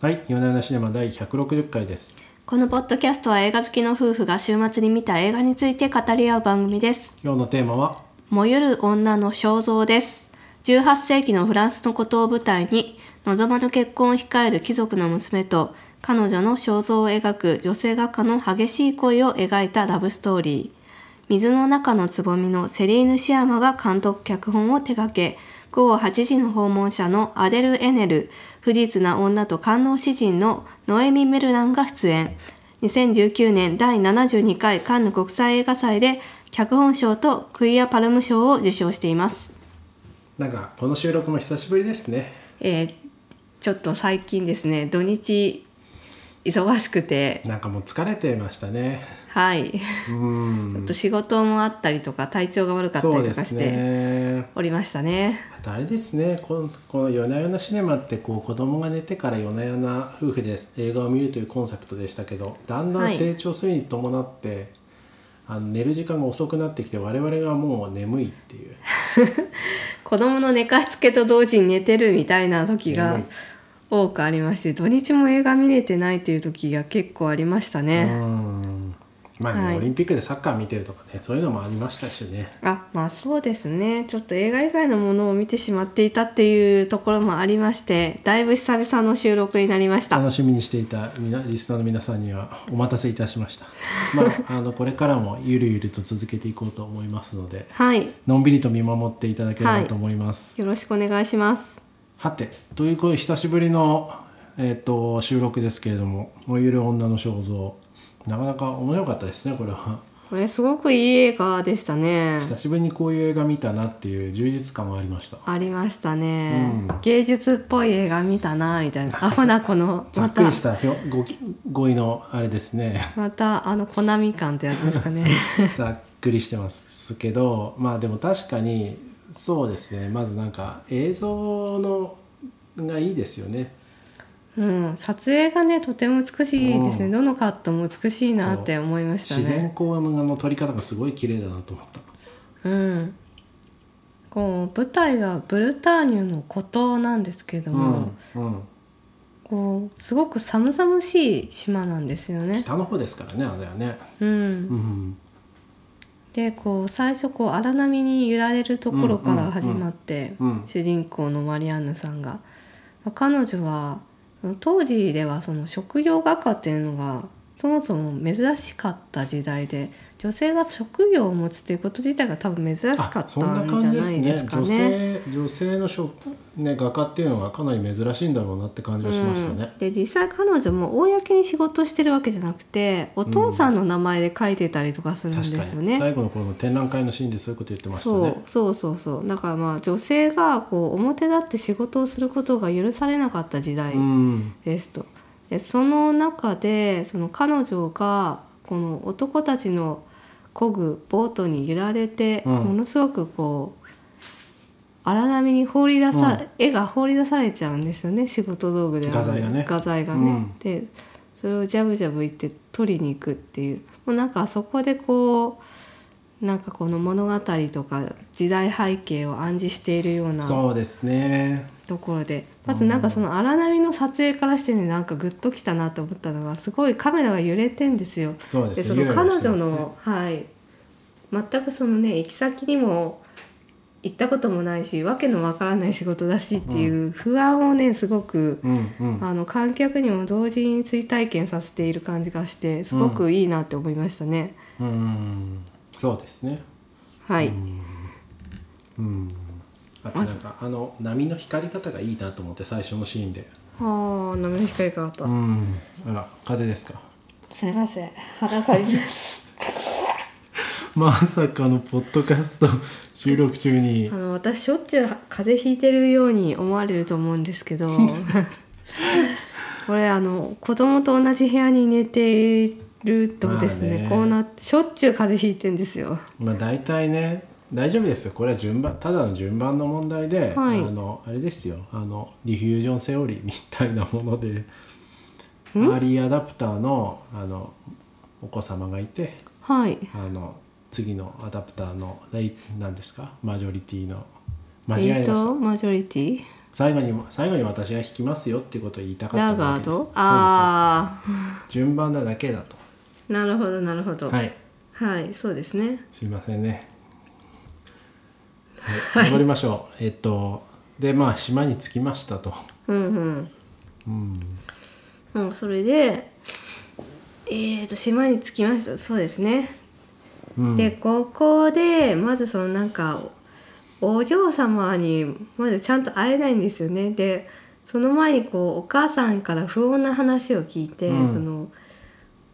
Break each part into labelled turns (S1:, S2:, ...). S1: はい、夜な夜なシネマ第160回です。
S2: このポッドキャストは映画好きの夫婦が週末に見た映画について語り合う番組です。
S1: 今日のテーマは、
S2: 燃ゆる女の肖像です。18世紀のフランスのことを舞台に、望まぬ結婚を控える貴族の娘と、彼女の肖像を描く女性画家の激しい恋を描いたラブストーリー。水の中のつぼみのセリーヌ・シアマが監督脚本を手掛け、午後8時の訪問者のアデル・エネル、不実な女と官能詩人のノエミ・メルランが出演。2019年第72回カンヌ国際映画祭で脚本賞とクイア・パルム賞を受賞しています。
S1: なんかこの収録も久しぶりですね。
S2: えーちょっと最近ですね、土日忙しくて、
S1: なんかもう疲れてましたね。
S2: はい、ち
S1: うーん。
S2: ょっと仕事もあったりとか体調が悪かった
S1: そう
S2: り
S1: で
S2: とか
S1: す
S2: して
S1: ね。
S2: おりましたね。
S1: あとあれですね、このこの夜な夜なシネマってこう子供が寝てから夜な夜な夫婦です映画を見るというコンセプトでしたけど、だんだん
S2: はい
S1: 成長するに伴って、あの寝る時間が遅くなってきて我々がもう眠いっていう。
S2: 子供の寝かしつけと同時に寝てるみたいな時
S1: う
S2: が
S1: ん
S2: 多くありまして土日も映画見れてないっていう時が結構ありました
S1: うー
S2: ね。
S1: ん。まあ、
S2: はい
S1: オリンピックでサッカー見てるとかね、そういうのもありましたしね。
S2: あまあそうですねちょっと映画以外のものを見てしまっていたっていうところもありましてだいぶ久々の収録になりました
S1: 楽しみにしていたみなリスナーの皆さんにはお待たせいたしま した、まあ、あのこれからもゆるゆると続けていこうと思いますので
S2: はい
S1: のんびりと見守っていただければと思います、
S2: よろしくお願いします
S1: はてということで久しぶりの、えー、と収録ですけれども「燃ゆる女の肖像」なかなか面白かったですねこれは
S2: これすごくいい映画でしたね
S1: 久しぶりにこういう映画見たなっていう充実感はありました
S2: ありましたね、
S1: うん
S2: 芸術っぽい映画見たなみたい なアホなこの
S1: ざ
S2: ま
S1: っく
S2: た
S1: りしたひょご語彙のあれですね
S2: またあのコナミ感ってやつですか ね
S1: ざっくりしてますけどまあでも確かにそうですねまずなんか映像のがいいですよね
S2: うん撮影がねとても美しいですね、
S1: うん
S2: どのカットも美しいなって思いましたね
S1: 自然光の撮り方がすごい綺麗だなと思った
S2: うん、こう舞台がブルターニュの孤島なんですけども、
S1: うんうん、
S2: こうすごく寒々しい島なんですよね。
S1: 北の方ですからねあれはね、
S2: う、
S1: うんん、
S2: でこう最初こう荒波に揺られるところから始まって、
S1: うんうんうん
S2: 主人公のマリアンヌさんが、まあ彼女は当時ではその職業画家っていうのがそもそも珍しかった時代で女性が職業を持つっていうこと自体が多分珍しか
S1: あ
S2: っ
S1: そん
S2: た
S1: なん感
S2: じゃ
S1: じで
S2: な
S1: す
S2: い
S1: ね
S2: ですか
S1: 女
S2: ね。
S1: 性女性の職、ね、画家っていうのがかなり珍しいんだろうなって感じがしましたね
S2: うん、、で実際彼女も公に仕事してるわけじゃなくてお父さんの名前で書いてたりとかするんです
S1: 確
S2: よ
S1: かに、
S2: ね。
S1: 最後の頃の展覧会のシーンでそういうこと言ってました
S2: そ
S1: ね
S2: うそうそうそうだからまあ女性がこう表立って仕事をすることが許されなかった時代
S1: うん
S2: ですと。でその中でその彼女がこの男たちの漕ぐボートに揺られて、
S1: うん
S2: ものすごくこう荒波に放り出さ、
S1: うん
S2: 絵が放り出されちゃうんですよね仕事道具である
S1: 画材がね
S2: 画材がね
S1: うん
S2: でそれをジャブジャブ言って取りに行くっていうもうなんかそこでこうなんかこの物語とか時代背景を暗示しているような
S1: そうですね
S2: ところでまずなんかその荒波の撮影からしてねなんかグッときたなと思ったのがすごいカメラが揺れてんですよ。
S1: そうで
S2: ですそ
S1: ね
S2: の彼
S1: ゆらゆらして
S2: 女
S1: ますね
S2: の、はい全くそのね行き先にも行ったこともないしわけのわからない仕事だしっていう不安をねすごく、
S1: うんうん、
S2: あの観客にも同時に追体験させている感じがしてすごくいいなって思いましたね。
S1: うんそうですね。
S2: はい、
S1: うん。あとなんかあの波の光り方がいいなと思って最初のシーンで。
S2: ああ波の光があった、
S1: うん。あら風邪ですか。
S2: すいません鼻かります。
S1: まさかのポッドキャスト収録中に
S2: あの私しょっちゅう風邪ひいてるように思われると思うんです けどこれあの子供と同じ部屋に寝ているとですね,、
S1: まあね
S2: こうなってしょっちゅう風邪ひいてんですよ。
S1: まあ大体ね大丈夫ですよこれは順番ただの順番の問題で、
S2: はい
S1: あのあれですよあのディフュージョンセオリーみたいなものでアーリーアダプターのあのお子様がいて
S2: はい、
S1: あの次のアダプターのレイ何ですかマジョリティの間違えました、
S2: とマジョリティ
S1: 最後にも最後に私が弾きますよっていうことを言いたかっ
S2: ラ
S1: た
S2: ガ
S1: わけ
S2: ー
S1: です
S2: ドあ
S1: そうです順番なだけだと
S2: あなるほどなるほど
S1: はい
S2: はい、そうですね
S1: すいませんね、はい、戻りましょうえっとでまあ島に着きましたと
S2: うん
S1: うん
S2: うん、うん、それでえー、と島に着きましたそうですね、
S1: うん
S2: でここでまずそのなんかおお嬢様にまずちゃんと会えないんですよねでその前にこうお母さんから不穏な話を聞いて、
S1: うん
S2: その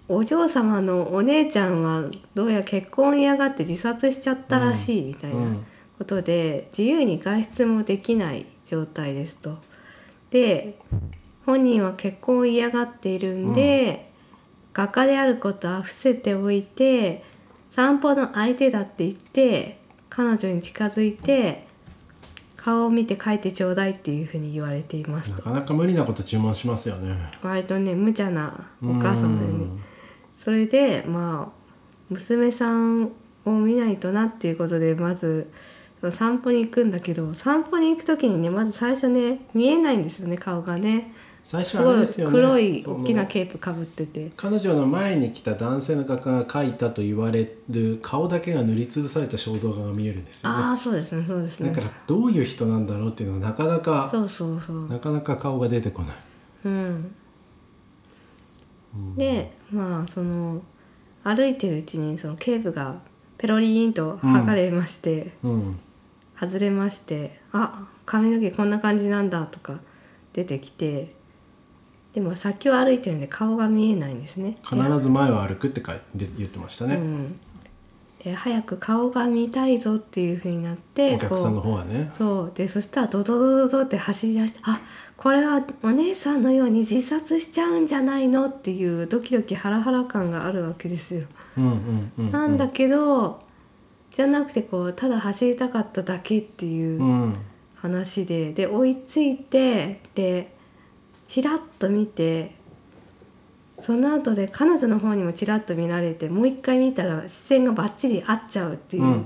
S2: お嬢様のお姉ちゃんはどうやら結婚嫌がって自殺しちゃったらしいみたいな、
S1: うん
S2: ことで自由に外出もできない状態ですと。で本人は結婚を嫌がっているんで、画家であることは伏せておいて散歩の相手だって言って彼女に近づいて顔を見て描いてちょうだいっていうふうに言われています
S1: な
S2: と。
S1: かなか無理なこと注文しますよね
S2: 割とね無茶なお母さんだよね。それでまあ娘さんを見ないとなっていうことでまずその散歩に行くんだけど散歩に行く時にねまず最初ね見えないんですよね顔がね
S1: 最初
S2: す
S1: あれ
S2: ご
S1: で
S2: い
S1: すよね
S2: 黒い大きな
S1: その
S2: ケープかぶってて
S1: 彼女の前に来た男性の画家が描いたと言われる顔だけが塗りつぶされた肖像画が見えるんですよ
S2: あ
S1: ね
S2: あそうですねそうです
S1: だ
S2: ね
S1: からどういう人なんだろうっていうのはなかなか
S2: そうそうそう
S1: なかなか顔が出てこない
S2: うん
S1: うん
S2: でまあその歩いてるうちにそのケープがペロリーンと剥がれまして、
S1: うん
S2: 外れましてあ髪の毛こんな感じなんだとか出てきてでも先を歩いてるんで顔が見えないんですね。
S1: 必ず前を歩くって書いて言ってました
S2: でう
S1: ね、
S2: ん、で早く顔が見たいぞっていう風になって
S1: お客さんの
S2: こ
S1: 方はね
S2: うそうでそしたらドドドドドって走り出してあこれはお姉さんのように自殺しちゃうんじゃないのっていうドキドキハラハラ感があるわけですよ。
S1: うんうんうんう
S2: なんだけどじゃなくてこうただ走りたかっただけっていう。
S1: うん
S2: 話でで追いついてでチラッと見てその後で彼女の方にもチラッと見られてもう一回見たら視線がバッチリ合っちゃうっていううん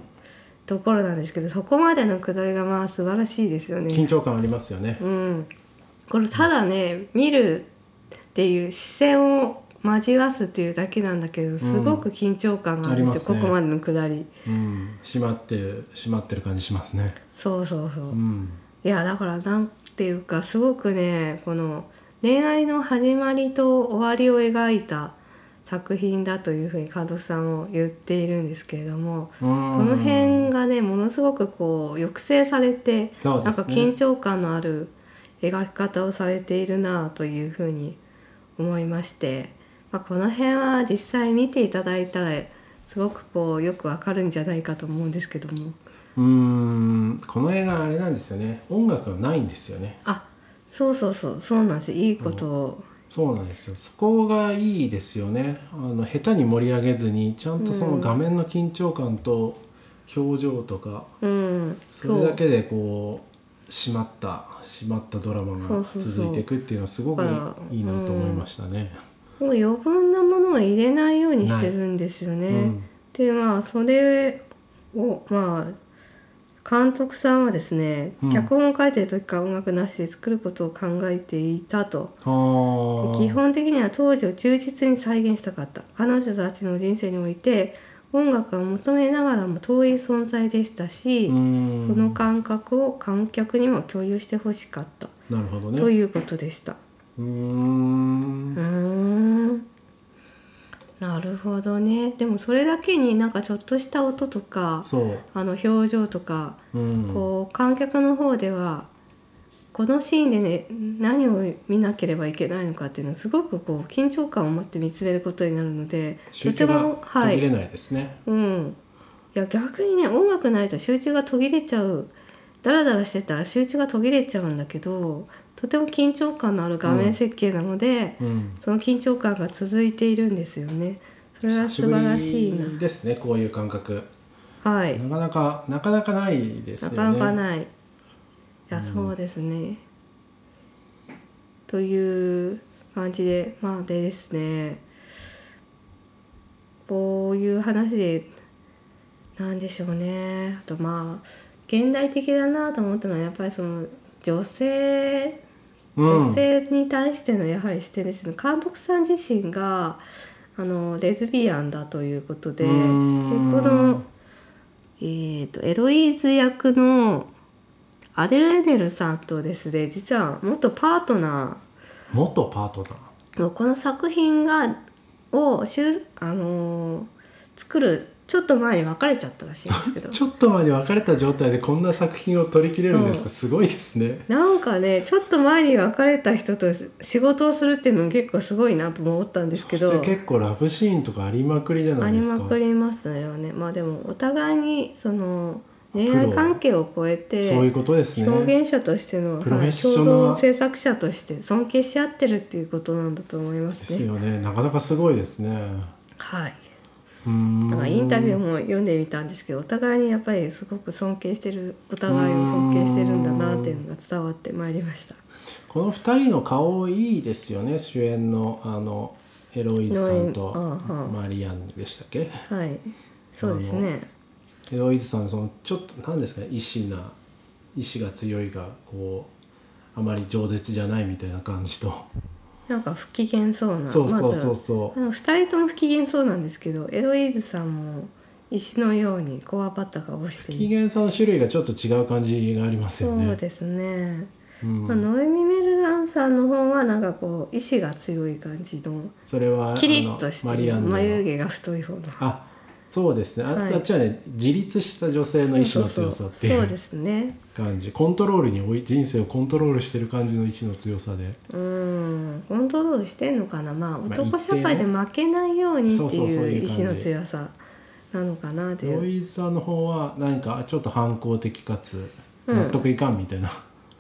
S2: ところなんですけど、そこまでのくだりがまあ素晴らしいですよ
S1: 緊
S2: ね。
S1: 張感ありますよね
S2: うん、これただね見るっていう視線を交わすっていうだけなんだけどすごく緊張感がある
S1: あり
S2: んで
S1: ますす
S2: よ、
S1: ね
S2: ここまでのくだり。
S1: うん閉まってる閉まってる感じしますね
S2: そうそうそう。
S1: うん
S2: いやだからなんていうかすごくねこの恋愛の始まりと終わりを描いた作品だというふうに監督さんも言っているんですけれども、
S1: そ
S2: その辺がねものすごくこう抑制されて、
S1: そう
S2: な
S1: で
S2: んか
S1: すね
S2: 緊張感のある描き方をされているなというふうに思いまして、まあ、この辺は実際見ていただいたらすごくこうよくわかるんじゃないかと思うんですけども。
S1: うーんこの映画あれなんですよね音楽がないんですよね
S2: あそうそうそうそうなんですよいいことを、
S1: そうなんですよそこがいいですよねあの下手に盛り上げずにちゃんとその画面の緊張感と表情とか、
S2: うん、
S1: それだけでこう締まった締まったドラマ
S2: そう
S1: が
S2: そうそう
S1: 続いていくっていうのはすごくいい
S2: だから
S1: いいなと思いましたね。
S2: そうもう余分なものを入れないようにしてるんですよね。
S1: うん
S2: でまあそれをまあ監督さんはですね、
S1: うん
S2: 脚本を書いてる時から音楽なしで作ることを考えていたと。
S1: はあ
S2: 基本的には当時を忠実に再現したかった彼女たちの人生において音楽を求めながらも遠い存在でしたし、
S1: うん
S2: その感覚を観客にも共有してほしかった
S1: なるほどね。
S2: と
S1: う
S2: いうことでした。
S1: ー
S2: うー
S1: ん
S2: んなるほどねでもそれだけになんかちょっとした音とか
S1: そ
S2: あの表情とか、
S1: う、うん、
S2: こう観客の方ではこのシーンで、ね、何を見なければいけないのかっていうのをすごくこう緊張感を持って見つめることになるので
S1: 集中が途
S2: は
S1: 切れ
S2: い、
S1: ないですね。
S2: うん、いや逆にね音楽ないと集中が途切れちゃうダラダラしてたら集中が途切れちゃうんだけどとても緊張感のある画面設計なので。
S1: うん
S2: その緊張感が続いているんですよね。それは素晴らしい
S1: 久ぶりですねこういう感覚
S2: な。はい。
S1: なかなかなかなかないです
S2: な
S1: よね
S2: かなかない。いや、
S1: うん
S2: そうですね。という感じで、まあ、でですね。こういう話で。なんでしょうね。あと、まあ。現代的だなと思ったのは、やっぱり、その。女性
S1: うん
S2: 女性に対してのやはり視点ですね監督さん自身があのレズビアンだということで
S1: う
S2: でこ
S1: ん
S2: の、えー、とエロイーズ役のアデル・エネルさんとですね実は元パートナ
S1: 元パートナー
S2: ーのこの作品がをしゅ、あのー作るちょっと前に別れちゃったらしいんですけど
S1: ちょっと前に別れた状態でこんな作品を取り切れるんですかすごいですね
S2: なんかねちょっと前に別れた人と仕事をするっていうのも結構すごいなとも思ったんですけど。
S1: そして結構ラブシーンとかありまくりじゃな
S2: あ
S1: い
S2: り
S1: ですか
S2: まくりますよね。まあでもお互いにその恋
S1: プ
S2: 愛
S1: ロ
S2: 関係を超えて
S1: そういうことですね
S2: 表現者としての、
S1: プロフェ
S2: は
S1: ッ
S2: い
S1: ショナル
S2: 共同制作者として尊敬し合ってるっていうことなんだと思いま
S1: ですす
S2: ね。
S1: よねなかなかすごいですね
S2: はい。
S1: うーん
S2: なんかインタビューも読んでみたんですけど、お互いにやっぱりすごく尊敬してる、お互いを尊敬してるんだなっていうのが伝わってまいりました。
S1: この2人の顔いいですよね主演のあのエロイズさんと
S2: ノエああ
S1: マリアンでしたっけ
S2: はい。そうですね。
S1: エロイズさんそのちょっと何ですかね意志な意志が強いがこうあまり饒舌じゃないみたいな感じと
S2: なんか不機嫌そうな。
S1: そうそう
S2: まず
S1: そうそう、
S2: あの2人とも不機嫌そうなんですけどエロイーズさんも石のようにこわばった顔をして
S1: 不
S2: い
S1: 機
S2: る
S1: 嫌さの種類がちょっと違う感じがありますよね
S2: そうですね、
S1: うん
S2: まあ、ノエミ・メルランさんの方はなんかこう意志が強い感じの
S1: それは
S2: キリッとし
S1: あのマ
S2: て
S1: リア
S2: る
S1: ンの
S2: 眉毛が太い方の
S1: あそうですねあ,、
S2: はい
S1: あっちはね自立した女性の意志の強さってい
S2: そううですね
S1: 感じコントロールにおい人生をコントロールしてる感じの意志の強さで
S2: うんコントロールしてんのかなまあ
S1: まあ
S2: 男社会で負けないようにって
S1: そうそうそういう感
S2: いう
S1: じ
S2: 意志の強さなのかなってい
S1: ロ
S2: う
S1: イズさんの方は何かちょっと反抗的かつ
S2: うん
S1: 納得いかんみたいな、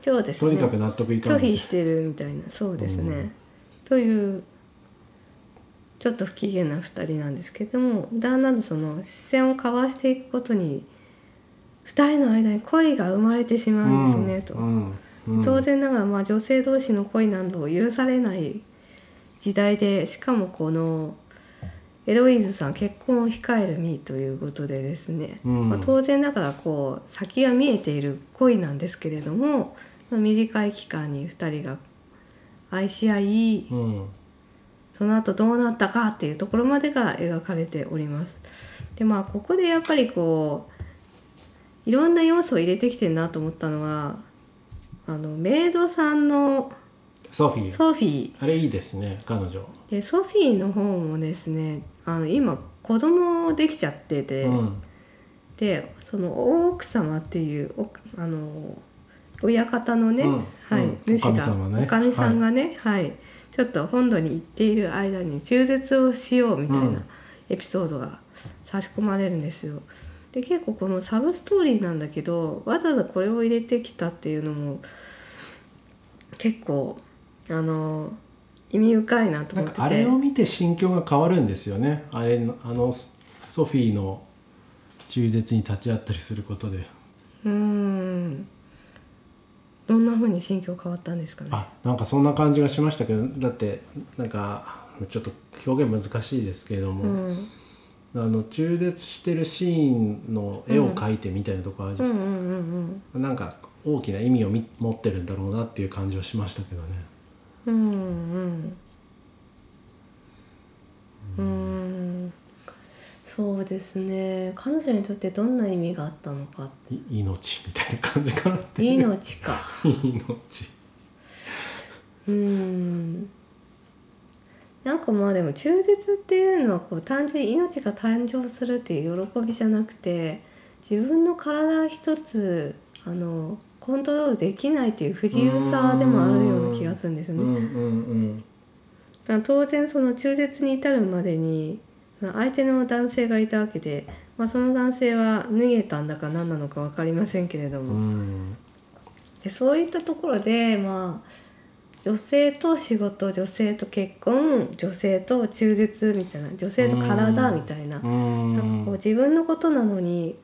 S2: そうです
S1: と
S2: ね
S1: にかく納得いかん
S2: 拒
S1: みたい
S2: 否
S1: な
S2: してるみたいなそうですね、
S1: うん
S2: というちょっと不機嫌な2人なんですけどもだんだんとその視線を交わしていくことに2人の間に恋が生まれてしまうんですね、と、
S1: うんうん
S2: 当然ながらまあ女性同士の恋などを許されない時代でしかもこのエロイーズさん結婚を控える身ということでですね、
S1: うん
S2: まあ当然ながらこう先が見えている恋なんですけれどもまあ短い期間に2人が愛し合い
S1: うん
S2: その後どうなったかっていうところまでが描かれております。でまあここでやっぱりこういろんな要素を入れてきてるなと思ったのはあのメイドさんの
S1: ソフィー
S2: ソフィ
S1: あれいいですね彼女、
S2: ーでソフィーの方もですねあの今子供できちゃってて、
S1: うん
S2: でその奥様っていうおあの親方のね、
S1: うん
S2: はい
S1: うん
S2: 主
S1: 女将
S2: が
S1: 様ね
S2: おかみさんがね、はいちょっと本土に行っている間に中絶をしようみたい
S1: うん
S2: なエピソードが差し込まれるんですよ。で結構このサブストーリーなんだけどわざわざこれを入れてきたっていうのも結構あの意味深いなと
S1: なん
S2: 思ってて
S1: かあれを見て心境が変わるんですよねあれのあのソフィーの中絶に立ち会ったりすることで
S2: うーんどんな風に心境変わったんですかね。
S1: あなんかそんな感じがしましたけどだってなんかちょっと表現難しいですけれど
S2: う
S1: も、
S2: ん
S1: あの中絶してるシーンの絵を描いてみたいなとこあるじ
S2: う
S1: ゃ
S2: ん
S1: ん
S2: うんうん
S1: なんか大きな意味をみ持ってるんだろうなっていう感じはしましたけどね。
S2: うんうんうんうんそうですね彼女にとってどんな意味があったのか
S1: い命みたいな感じかなっていう
S2: 命か
S1: 命
S2: うんなんかまあでも中絶っていうのはこう単純に命が誕生するっていう喜びじゃなくて自分の体一つあのコントロールできないっていう不自由さでもあるような気がするんです
S1: う
S2: よ
S1: ん
S2: ね。
S1: うんうん
S2: まあ当然その中絶に至るまでにまあ相手の男性がいたわけで、まあ、その男性は脱げたんだか何なのか分かりませんけれど
S1: う
S2: も、
S1: ん
S2: でそういったところでまあ女性と仕事女性と結婚女性と中絶みたいな女性と体みたいな,、
S1: うん
S2: なんかこう自分のことなのに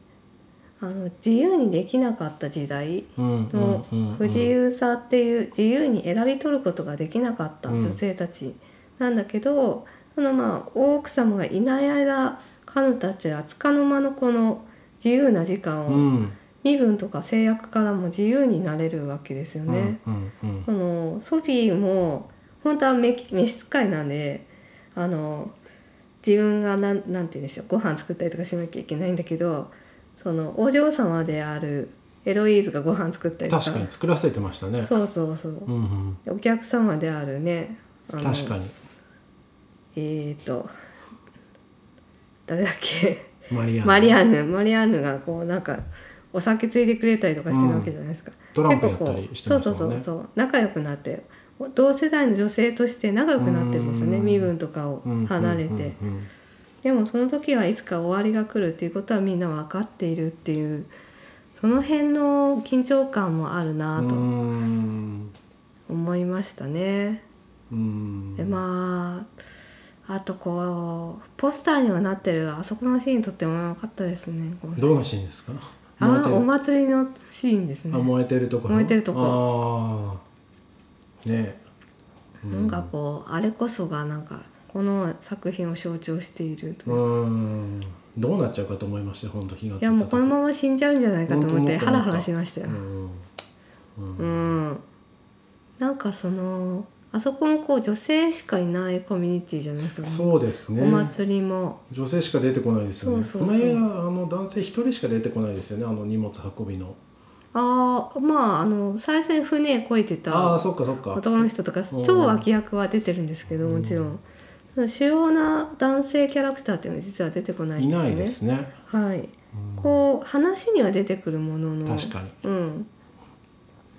S2: あの自由にできなかった時代
S1: うん
S2: の不自由さっていう自由に選び取ることができなかった
S1: うん
S2: 女性たちなんだけど、そのまあ大奥様がいない間彼女たちは束の間のこの自由な時間
S1: う
S2: を
S1: ん
S2: 身分とか制約からも自由になれるわけですよね。
S1: うんうん
S2: このソフィーも本当は召召使いなんであの自分がなんなんて言うんでしょうご飯作ったりとかしなきゃいけないんだけどそのお嬢様であるエロイーズがご飯作った
S1: うん、
S2: りとか
S1: 確かに作らせてましたね。
S2: そうそうそう
S1: う、んうん、
S2: お客様であるねあの
S1: 確かに
S2: えっ、と誰だっけ
S1: マリアン
S2: マリアンヌマリアンヌがこうなんかお酒ついでくれたりとかしてるわけじゃないですか、
S1: トランプや
S2: 結
S1: っ
S2: 構
S1: た
S2: こ
S1: り
S2: う
S1: して
S2: そう
S1: ま
S2: そう
S1: す
S2: そ
S1: もん
S2: う
S1: ね。
S2: そう仲良くなって同世代の女性として仲良くなってるんですよね
S1: うん
S2: 身分とかを
S1: うん
S2: 離れて、
S1: うんうん
S2: でもその時はいつか終わりが来るっていうことはみんな分かっているっていうその辺の緊張感もあるな
S1: うんう
S2: と
S1: ん
S2: 思いましたね。
S1: うん
S2: でまああとこうポスターにはなってるあそこのシーンとっても良かったですね。こう
S1: どのシーンですか？
S2: あーお
S1: 燃
S2: 祭りのシーンです
S1: えて
S2: ね
S1: るあ。燃えてるとこの
S2: 燃えてるとこ。
S1: あーねえ。
S2: なんかこうあれこそがなんかこの作品を象徴しているというう。
S1: んどうなっちゃうかと思いましたよ本当火がつい
S2: い
S1: た
S2: や
S1: 時
S2: もうこのまま死んじゃうんじゃないかと思って
S1: 本当
S2: ハ
S1: 思った
S2: ラハラしましたよ
S1: う。んうん
S2: うん、なんかそのあそこもこう女性しかいないコミュニティじゃないですか、
S1: そうですね
S2: お。祭りも
S1: 女性しか出てこないですよね。
S2: そうそうそ
S1: この
S2: う
S1: 映画あの男性一人しか出てこないですよねあの荷物運びの。
S2: ああまああの最初に船こいて
S1: ああ
S2: た
S1: ーそっかそっか。
S2: 男の人とか
S1: うん
S2: 超脇役は出てるんですけどもちろ
S1: うん
S2: んその主要な男性キャラクターっていうのは実は出てこない
S1: い
S2: んです
S1: な
S2: ね。
S1: いですね。
S2: はい、
S1: うん
S2: こう話には出てくるものの
S1: 確かに。
S2: うん、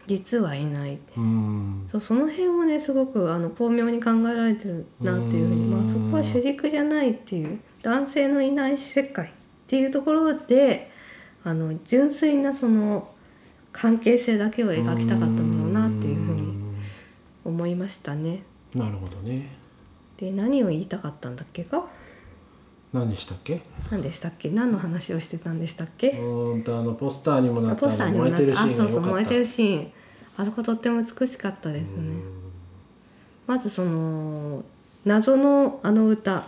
S2: 実はいない
S1: うん。
S2: そうその辺もねすごくあの巧妙に考えられてるなっていうふうに
S1: うーん
S2: まあ、そこは主軸じゃないっていう男性のいない世界っていうところであの純粋なその関係性だけを描きたかったのかなっていうふうに思いましたね。
S1: うんなるほどね
S2: で何を言いたかったんだっけか
S1: 何でしたっけ
S2: 何でしたっけ何の話をしてたんでしたっ
S1: う
S2: け
S1: ーんとあのポスターにもなった
S2: ポスター
S1: あ
S2: に
S1: の
S2: も
S1: 燃
S2: な
S1: え
S2: ってて
S1: るシ
S2: あ
S1: ーンが
S2: そうそ
S1: 良
S2: う
S1: か
S2: 燃え
S1: った
S2: てるシーンあそことっても美しかったですね。
S1: うん
S2: まずその謎のあの歌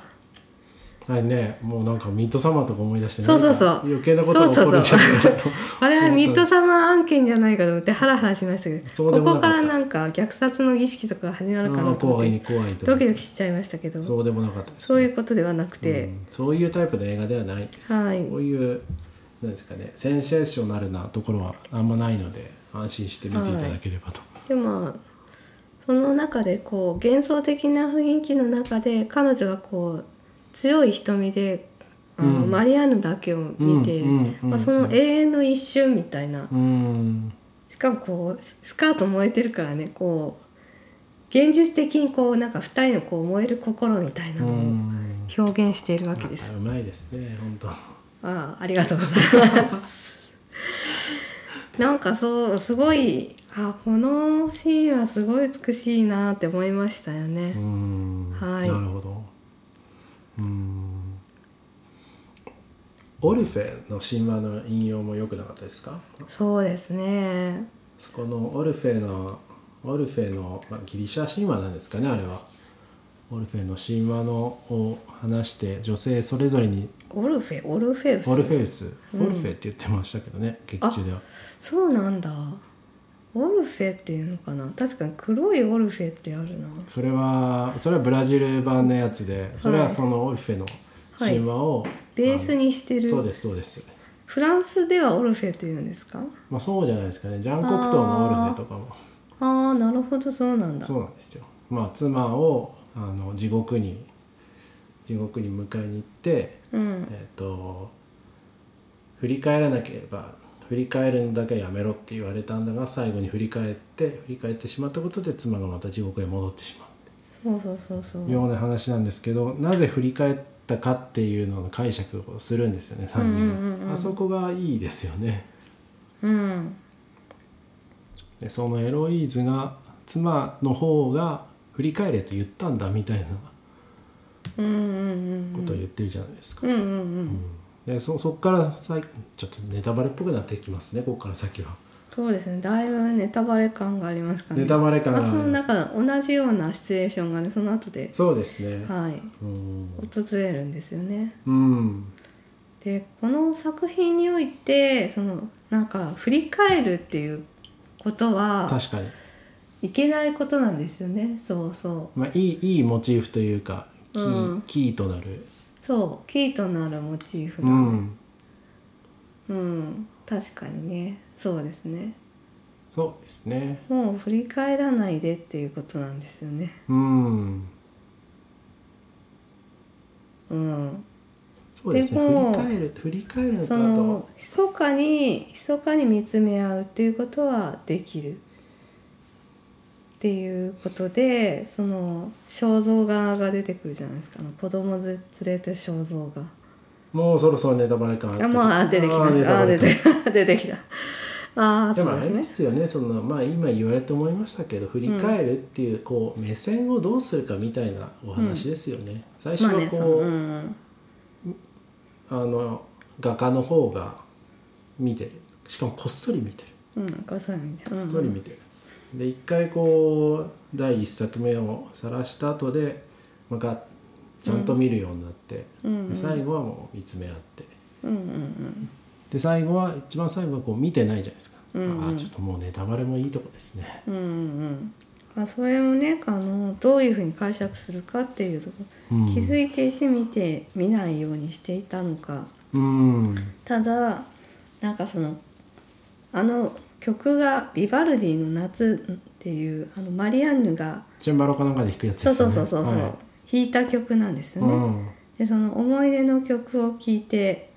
S1: あれねもうなんかミッドサマーとか思い出してね
S2: そうそうそう
S1: なんか余計なことが起こるんじゃないかと
S2: あれはミッド
S1: サ
S2: サマー案件じゃないかと思ってハラハラしましたけ
S1: そう
S2: ど
S1: でもな
S2: こ
S1: か
S2: こ
S1: った
S2: からなんか虐殺の儀式とかが始まるかなと思っ
S1: 怖い
S2: て
S1: 怖いと
S2: ドキドキしちゃいましたけど
S1: そうでもなかったですね
S2: そういうことではなく
S1: う
S2: て、
S1: んそういうタイプの映画ではないです
S2: はい
S1: こういうなんですかねセンセーショナルなところはあんまないので安心して見ていただければと、
S2: でまあその中でこう幻想的な雰囲気の中で彼女がこう強い瞳であの、
S1: うん
S2: マリアーヌだけを見ている、
S1: うんうんうん
S2: まあ、その永遠の一瞬みたいな
S1: うん
S2: しかもこうススカート燃えてるからねこう現実的にこうなんか2人のこう燃える心みたいな
S1: う
S2: のを
S1: ん
S2: 表現しているわけです
S1: あうまいですね本当
S2: ああありがとうございますなんかそうすごいあこのシーンはすごい美しいなって思いましたよ
S1: うー
S2: ね、
S1: ん
S2: はい
S1: なるほどうーんオルフェの神話の引用も良くなかったですか
S2: そうですね
S1: そこのオルフェのオルフェの、まあ、ギリシャ神話なんですかねあれはオルフェの神話のを話して女性それぞれに
S2: オルフェオルフェウス
S1: オルフェウス、
S2: うん
S1: オルフェって言ってましたけどね劇中では
S2: そうなんだオルフェっていうのかな確かに黒いオルフェってあるな
S1: それはそれはブラジル版のやつでそれはそのオルフェの神話を、
S2: ベースにしてる
S1: そうですそうです
S2: フランスではオルフェって言うんですか
S1: まあそうじゃないですかねジャン・コクトーの「オルフェ」とかも
S2: ああなるほどそうなんだ
S1: そうなんですよまあ妻をあの地獄に地獄に迎えに行って
S2: うん
S1: えっ、と振り返らなければ振り返るんだけはやめろって言われたんだが最後に振り返って振り返ってしまったことで妻がまた地獄へ戻ってしまう
S2: そうそうそうそう
S1: ような話なんですけどなぜ振り返ったかっていうのの解釈をするんですよね3人が、
S2: うんうんうんうん
S1: あそこがいいですよね
S2: うん
S1: でそのエロイーズが妻の方が振り返れと言ったんだみたいな
S2: うんうんうんう
S1: こ
S2: ん
S1: とを言ってるじゃないですか、
S2: うんうんうん
S1: でそそっからさいちょっとネタバレっぽくなってきますねここから先は、
S2: そうですねだいぶネタバレ感がありますからね
S1: ネタバレ感
S2: ま
S1: が
S2: あ、
S1: あり
S2: その
S1: ます
S2: 中同じようなシチュエーションがねその後で
S1: そうですね、
S2: はい
S1: うん
S2: 訪れるんですよね
S1: うん
S2: でこの作品においてそのなんか振り返るっていうことは
S1: 確かに、
S2: いけないことなんですよねそうそう
S1: まあ、いいいいモチーフというかキー,、
S2: うん
S1: キーとなる、
S2: そうキーとなるモチーフ
S1: う
S2: なんで、
S1: ん、
S2: うん確かにねそうですね
S1: そうですね
S2: もう振り返らないでっていうことなんですよね
S1: うん
S2: うん
S1: そうですね
S2: でも
S1: 振り返る振り返るのと
S2: そ
S1: あと
S2: の密かに密かに見つめ合うっていうことはできるっていうことでその肖像画が出てくるじゃないですかあの子供連れて肖像画
S1: もうそろそろネタバレ感あったけ
S2: あ
S1: ど
S2: まあ出てきましたあ
S1: ーネタバレ
S2: 出
S1: 感
S2: て出てきたああ
S1: で
S2: そ
S1: も
S2: う
S1: あれ
S2: です
S1: で
S2: ね
S1: すよねその、まあ、今言われて思いましたけど振り返るっていう,、こう目線をどうするかみたいなお話ですよね。最初
S2: まあ
S1: は
S2: ね
S1: こ
S2: その
S1: う、
S2: うん
S1: あの画家の方が見てるしかもこっそり見てる
S2: うんこっそり見て
S1: こ
S2: う
S1: っ
S2: ん
S1: そり見てる。で一回こう第一作目を晒した後でまたちゃんと見るようになって、
S2: うんうん
S1: で最後はもう見つめ合って
S2: うんうん
S1: で最後は一番最後はこう見てないじゃないですか、
S2: うんうん
S1: ああちょっともうネタバレもいいとこですね。
S2: うんうんうんまあそれもねあのどういうふうに解釈するかっていうとこ
S1: うん、
S2: 気づいていて見て見ないようにしていたのか
S1: うん
S2: ただなんかそのあの曲がビバルディの「夏」っていうあのマリアンヌが
S1: チェンバロかなんかで弾くやつ
S2: そう
S1: です
S2: そ
S1: よ
S2: う
S1: ね。
S2: そうそうそう、
S1: は
S2: 弾いた曲なんです
S1: い
S2: よね。でその思い出の曲を聴いて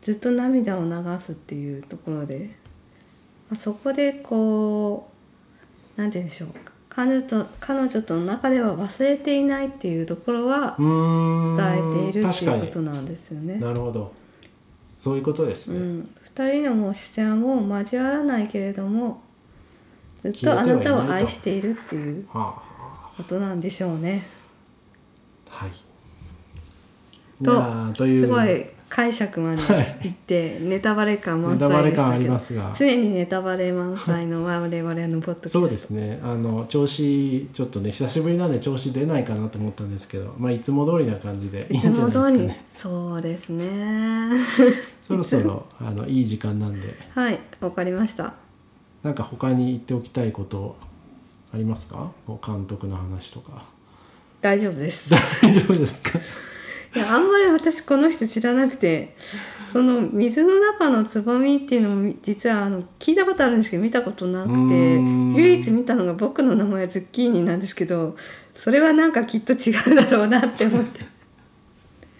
S2: ずっと涙を流すっていうところで、まあ、そこでこう何て言うんでしょう彼女と彼女との中では忘れていないっていうところは
S1: うん。う
S2: 伝
S1: ーん
S2: えているって
S1: 確
S2: い
S1: か
S2: う
S1: に
S2: ことなんですよね。
S1: なるほど。そういうことです
S2: う
S1: ね。
S2: ん、2人のもう視線はもう交わらないけれどもずっとあなたを愛しているっていう
S1: は
S2: ことなんでしょうね。
S1: あ、はい。
S2: と
S1: いやーという
S2: すごい解釈まで
S1: はい
S2: いってネタバレ感
S1: ネ
S2: 満
S1: タバ
S2: 載
S1: レ
S2: でし
S1: 感
S2: た
S1: あり
S2: け
S1: ま
S2: ど
S1: すが。
S2: 常にネタバレ満載の我々のポッドキャスト
S1: そうですねあの調子ちょっとね久しぶりなんで調子出ないかなと思ったんですけどまあいつも通りな感じでいい
S2: い
S1: んじ
S2: つ
S1: ゃない
S2: も
S1: ですか
S2: 通り
S1: ね
S2: そうですね
S1: そろそろあのいい時間なんで
S2: はいわかりました
S1: なんか他に言っておきたいことありますかこう監督の話とか
S2: 大丈夫です
S1: 大丈夫ですか
S2: いやあんまり私この人知らなくてその水の中のつぼみっていうのも実はあの聞いたことあるんですけど見たことな
S1: う
S2: くて
S1: ーん
S2: 唯一見たのが僕の名前はズッキーニなんですけどそれはなんかきっと違うだろうなって思って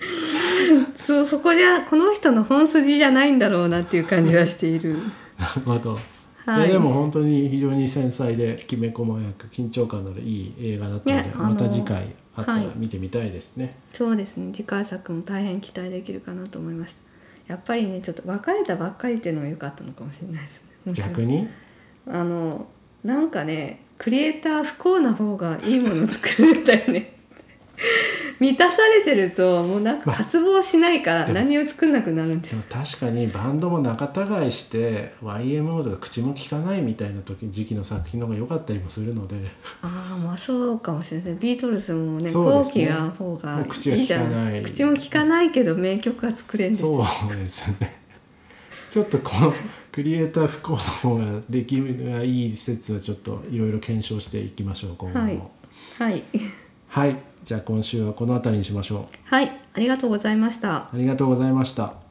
S2: そうそこじゃこの人の本筋じゃないんだろうなっていう感じはしている。
S1: なるほど、
S2: はい
S1: いやでも本当に非常に繊細できめ細やく緊張感のあるいい映画だったので、
S2: ねあの
S1: また次回あったら
S2: はい
S1: 見てみたいですね、
S2: そうですね次回作も大変期待できるかなと思いましたやっぱりねちょっと別れたばっかりっていうのが良かったのかもしれないですねもしかしたら
S1: 逆に
S2: あのなんかねクリエイター不幸な方がいいものを作るんだよね 満たされてるともうなんか渇望しないから
S1: ま
S2: 何を作んなくなるん
S1: で
S2: で
S1: すも確かにバンドも仲違いして YMO とか口も利かないみたいな時時期の作品の方が良かったりもするので
S2: ああまあそうかもしれないですねビートルズもね
S1: そう
S2: 後
S1: です
S2: 期
S1: ね
S2: な方が
S1: もう口はい
S2: い
S1: 利
S2: じ
S1: か
S2: ゃ
S1: ない
S2: ないですか口も聞かないけど名曲が作れるんですよ
S1: そうですねちょっとこのクリエイター不幸の方ができるがいい説はちょっといろいろ検証していきましょう今後も
S2: はいはい
S1: はい、じゃあ今週はこの辺りにしましょ
S2: はいありがとうございました
S1: うありがとうございました